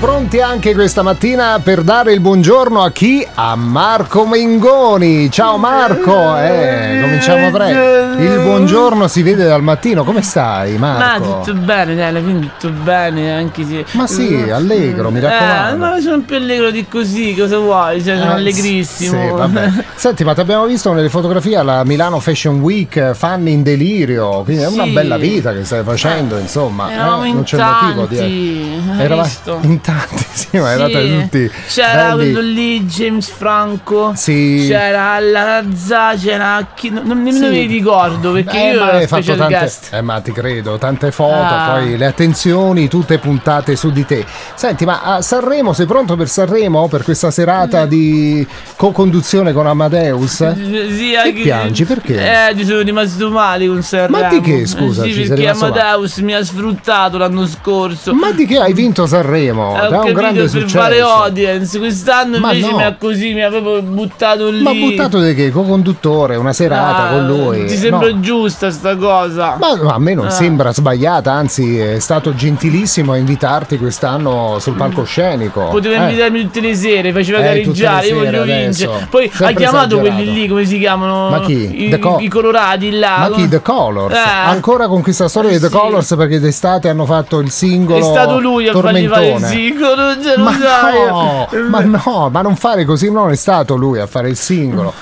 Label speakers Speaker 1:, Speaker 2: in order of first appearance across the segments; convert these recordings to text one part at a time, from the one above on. Speaker 1: pronti anche questa mattina per dare il buongiorno a chi? A Marco Mengoni. Ciao Marco, eh, cominciamo presto. Il buongiorno si vede dal mattino, come stai
Speaker 2: Ma
Speaker 1: Marco?
Speaker 2: tutto bene, dai, alla fine tutto bene, anche se...
Speaker 1: Ma sì, allegro, mi
Speaker 2: Eh,
Speaker 1: raccomando.
Speaker 2: ma sono più allegro di così, cosa vuoi? Cioè, sono
Speaker 1: Eh,
Speaker 2: allegrissimo.
Speaker 1: sì, vabbè. Eh, Senti, ma ti abbiamo visto nelle fotografie alla Milano Fashion Week, eh, fan in delirio, quindi è una
Speaker 2: Sì.
Speaker 1: bella vita che stai facendo, insomma,
Speaker 2: Eravamo
Speaker 1: eh,
Speaker 2: in
Speaker 1: non c'è motivo di
Speaker 2: tanti, hai
Speaker 1: Eravamo
Speaker 2: visto?
Speaker 1: in tanti, sì, ma
Speaker 2: Sì.
Speaker 1: eravate tutti
Speaker 2: C'era
Speaker 1: belli.
Speaker 2: quello lì, James Franco.
Speaker 1: Sì.
Speaker 2: C'era la Razza, c'era chi. non- Non, nemmeno
Speaker 1: Sì.
Speaker 2: mi ricordo perché
Speaker 1: Eh,
Speaker 2: io
Speaker 1: ma
Speaker 2: ero
Speaker 1: hai
Speaker 2: la
Speaker 1: fatto
Speaker 2: special
Speaker 1: tante,
Speaker 2: guest.
Speaker 1: eh, ma ti credo, tante foto,
Speaker 2: Ah.
Speaker 1: poi le attenzioni tutte puntate su di te. Senti, ma a Sanremo, sei pronto per Sanremo? Per questa
Speaker 2: Mm.
Speaker 1: serata di co-conduzione con Amadeus?
Speaker 2: Sì,
Speaker 1: Che
Speaker 2: anche-
Speaker 1: piangi, perché?
Speaker 2: Eh, ci sono rimasto male con Sanremo. Eh,
Speaker 1: Ma di che, scusa,
Speaker 2: Sì,
Speaker 1: ci sei
Speaker 2: perché
Speaker 1: rimasto male?
Speaker 2: Amadeus mi ha sfruttato l'anno scorso.
Speaker 1: Ma di che hai vinto Sanremo?
Speaker 2: Eh,
Speaker 1: Da
Speaker 2: ho
Speaker 1: un
Speaker 2: capito,
Speaker 1: grande
Speaker 2: per
Speaker 1: successo.
Speaker 2: fare audience. Quest'anno
Speaker 1: Ma
Speaker 2: invece
Speaker 1: no.
Speaker 2: mi ha così, mi ha proprio buttato lì.
Speaker 1: Ma ha buttato di che? Co-conduttore, una serata
Speaker 2: Ah,
Speaker 1: con lui.
Speaker 2: Ti sembra
Speaker 1: No.
Speaker 2: giusta sta cosa?
Speaker 1: Ma, ma a me non
Speaker 2: Ah.
Speaker 1: sembra sbagliata, anzi è stato gentilissimo a invitarti quest'anno
Speaker 2: Mm.
Speaker 1: sul palcoscenico.
Speaker 2: Poteva
Speaker 1: Eh.
Speaker 2: invitarmi tutte le sere, faceva
Speaker 1: Eh,
Speaker 2: gareggiare, io
Speaker 1: tutte le
Speaker 2: voglio
Speaker 1: sere
Speaker 2: vincere.
Speaker 1: adesso.
Speaker 2: Poi ha
Speaker 1: Sempre
Speaker 2: chiamato
Speaker 1: esagerato.
Speaker 2: quelli lì, come si chiamano?
Speaker 1: Ma chi?
Speaker 2: I,
Speaker 1: The Co-
Speaker 2: i colorati là.
Speaker 1: Ma chi? The Colors?
Speaker 2: Eh.
Speaker 1: Ancora con questa storia di The
Speaker 2: Sì.
Speaker 1: Colors perché d'estate hanno fatto il singolo
Speaker 2: È stato lui a fargli fare il
Speaker 1: Tormentone.
Speaker 2: singolo, non ce lo
Speaker 1: Ma
Speaker 2: sai.
Speaker 1: no,
Speaker 2: Eh,
Speaker 1: ma no, ma non fare così, non è stato lui a fare il singolo.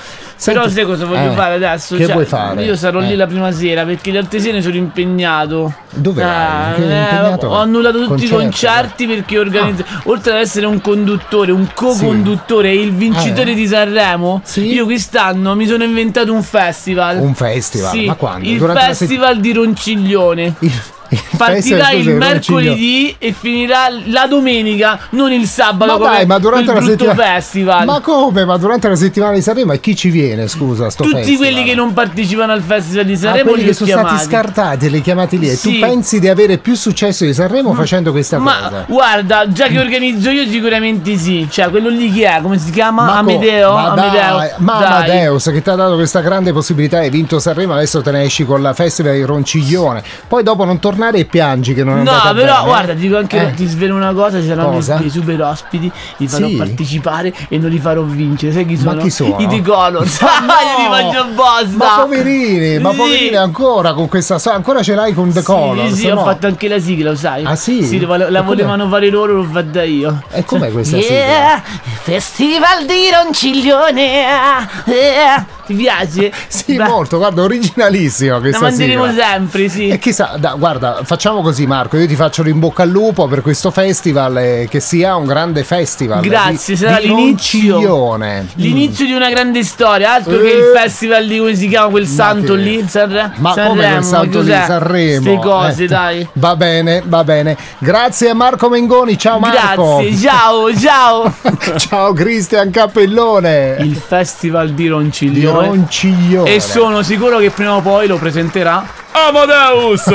Speaker 2: Però
Speaker 1: Senti-
Speaker 2: sai cosa voglio
Speaker 1: eh,
Speaker 2: fare adesso?
Speaker 1: Che
Speaker 2: Cioè,
Speaker 1: vuoi fare?
Speaker 2: Io sarò
Speaker 1: Eh,
Speaker 2: lì la prima sera perché le altre sere sono impegnato.
Speaker 1: Dove vai? Che impegnato Ah.
Speaker 2: ho
Speaker 1: vai?
Speaker 2: annullato tutti i
Speaker 1: Concerti,
Speaker 2: concerti perché organizzo. Oltre ad essere un conduttore, un co-conduttore e il vincitore
Speaker 1: Eh.
Speaker 2: di Sanremo,
Speaker 1: Sì.
Speaker 2: io quest'anno mi sono inventato un festival.
Speaker 1: Un festival?
Speaker 2: Sì,
Speaker 1: Ma quando?
Speaker 2: Il
Speaker 1: Durante la
Speaker 2: festival di Ronciglione.
Speaker 1: Il- il
Speaker 2: Partirà
Speaker 1: festival,
Speaker 2: il
Speaker 1: scusa, non ci-
Speaker 2: mercoledì e finirà la domenica, non il sabato.
Speaker 1: Ma
Speaker 2: come
Speaker 1: dai, ma durante
Speaker 2: quel
Speaker 1: la
Speaker 2: brutto
Speaker 1: settimana
Speaker 2: festival.
Speaker 1: Ma come? Ma durante la settimana di Sanremo e chi ci viene, scusa, a sto
Speaker 2: Tutti
Speaker 1: festival?
Speaker 2: quelli che non partecipano al Festival di
Speaker 1: Ah,
Speaker 2: Sanremo
Speaker 1: quelli
Speaker 2: li
Speaker 1: che
Speaker 2: ho
Speaker 1: sono
Speaker 2: chiamati.
Speaker 1: stati scartati e li chiamati lì. E
Speaker 2: Sì.
Speaker 1: tu pensi di avere più successo di Sanremo facendo questa
Speaker 2: Ma
Speaker 1: cosa?
Speaker 2: guarda, già che organizzo io sicuramente sì. Cioè, quello lì chi è? Come si chiama?
Speaker 1: co-
Speaker 2: Amedeo?
Speaker 1: ma dai,
Speaker 2: Amedeo.
Speaker 1: ma
Speaker 2: Dai.
Speaker 1: Amadeus che ti ha dato questa grande possibilità, hai vinto Sanremo, adesso te ne esci con la festival di Ronciglione. Poi dopo non tornare e piangi che non è
Speaker 2: No,
Speaker 1: andata
Speaker 2: però
Speaker 1: bene.
Speaker 2: guarda, ti dico anche
Speaker 1: Eh.
Speaker 2: ti svelo una cosa, ci saranno
Speaker 1: Cosa?
Speaker 2: dei super ospiti, li farò
Speaker 1: Sì?
Speaker 2: partecipare e non li farò vincere. Sai chi
Speaker 1: Ma
Speaker 2: sono?
Speaker 1: chi sono?
Speaker 2: I The Colors. Ah, Io li mangio apposta.
Speaker 1: Ma poverini, ma
Speaker 2: Sì.
Speaker 1: poverini ancora con questa storia, ancora ce l'hai con The
Speaker 2: Sì,
Speaker 1: Colors,
Speaker 2: Sì, sì,
Speaker 1: no?
Speaker 2: ho fatto anche la sigla, lo sai.
Speaker 1: Ah, sì?
Speaker 2: Sì, la, la
Speaker 1: E com'è?
Speaker 2: volevano fare loro, l'ho fatta io.
Speaker 1: E com'è questa sigla?
Speaker 2: Yeah, Festival di Ronciglione. eh. Ti piace?
Speaker 1: Sì,
Speaker 2: Beh,
Speaker 1: molto, guarda, originalissima
Speaker 2: La
Speaker 1: questa
Speaker 2: manderemo
Speaker 1: sigla.
Speaker 2: sempre, sì.
Speaker 1: E chissà, da- guarda, facciamo così Marco, io ti faccio in bocca al lupo per questo festival, eh, che sia un grande festival.
Speaker 2: Grazie,
Speaker 1: di,
Speaker 2: sarà
Speaker 1: di
Speaker 2: l'inizio.
Speaker 1: Ronciglione.
Speaker 2: L'inizio di una grande storia, altro che
Speaker 1: Eh.
Speaker 2: il festival di come si chiama quel santo
Speaker 1: che-
Speaker 2: lì, Sanre-
Speaker 1: Ma come
Speaker 2: Sanremo,
Speaker 1: quel salto lì
Speaker 2: cos'è?
Speaker 1: Sanremo?
Speaker 2: Ste cose,
Speaker 1: Eh,
Speaker 2: dai.
Speaker 1: Va bene, va bene. Grazie a Marco Mengoni, ciao Marco.
Speaker 2: Grazie, ciao, ciao.
Speaker 1: ciao Cristian Cappellone.
Speaker 2: Il eh. festival di
Speaker 1: di
Speaker 2: Ronciglione.
Speaker 1: Ronciglione.
Speaker 2: E sono sicuro che prima o poi lo presenterà Amadeus.